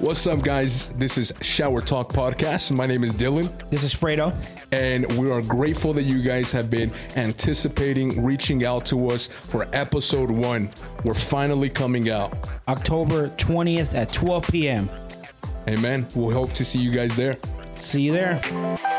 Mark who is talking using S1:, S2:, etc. S1: What's up, guys? This is Shower Talk Podcast. My name is Dylan,
S2: This is Fredo.
S1: and we are grateful that you guys have been anticipating reaching out to us for episode one. We're finally coming out.
S2: October 20th at 12 p.m.
S1: Amen. We hope to see you guys there.
S2: See you there.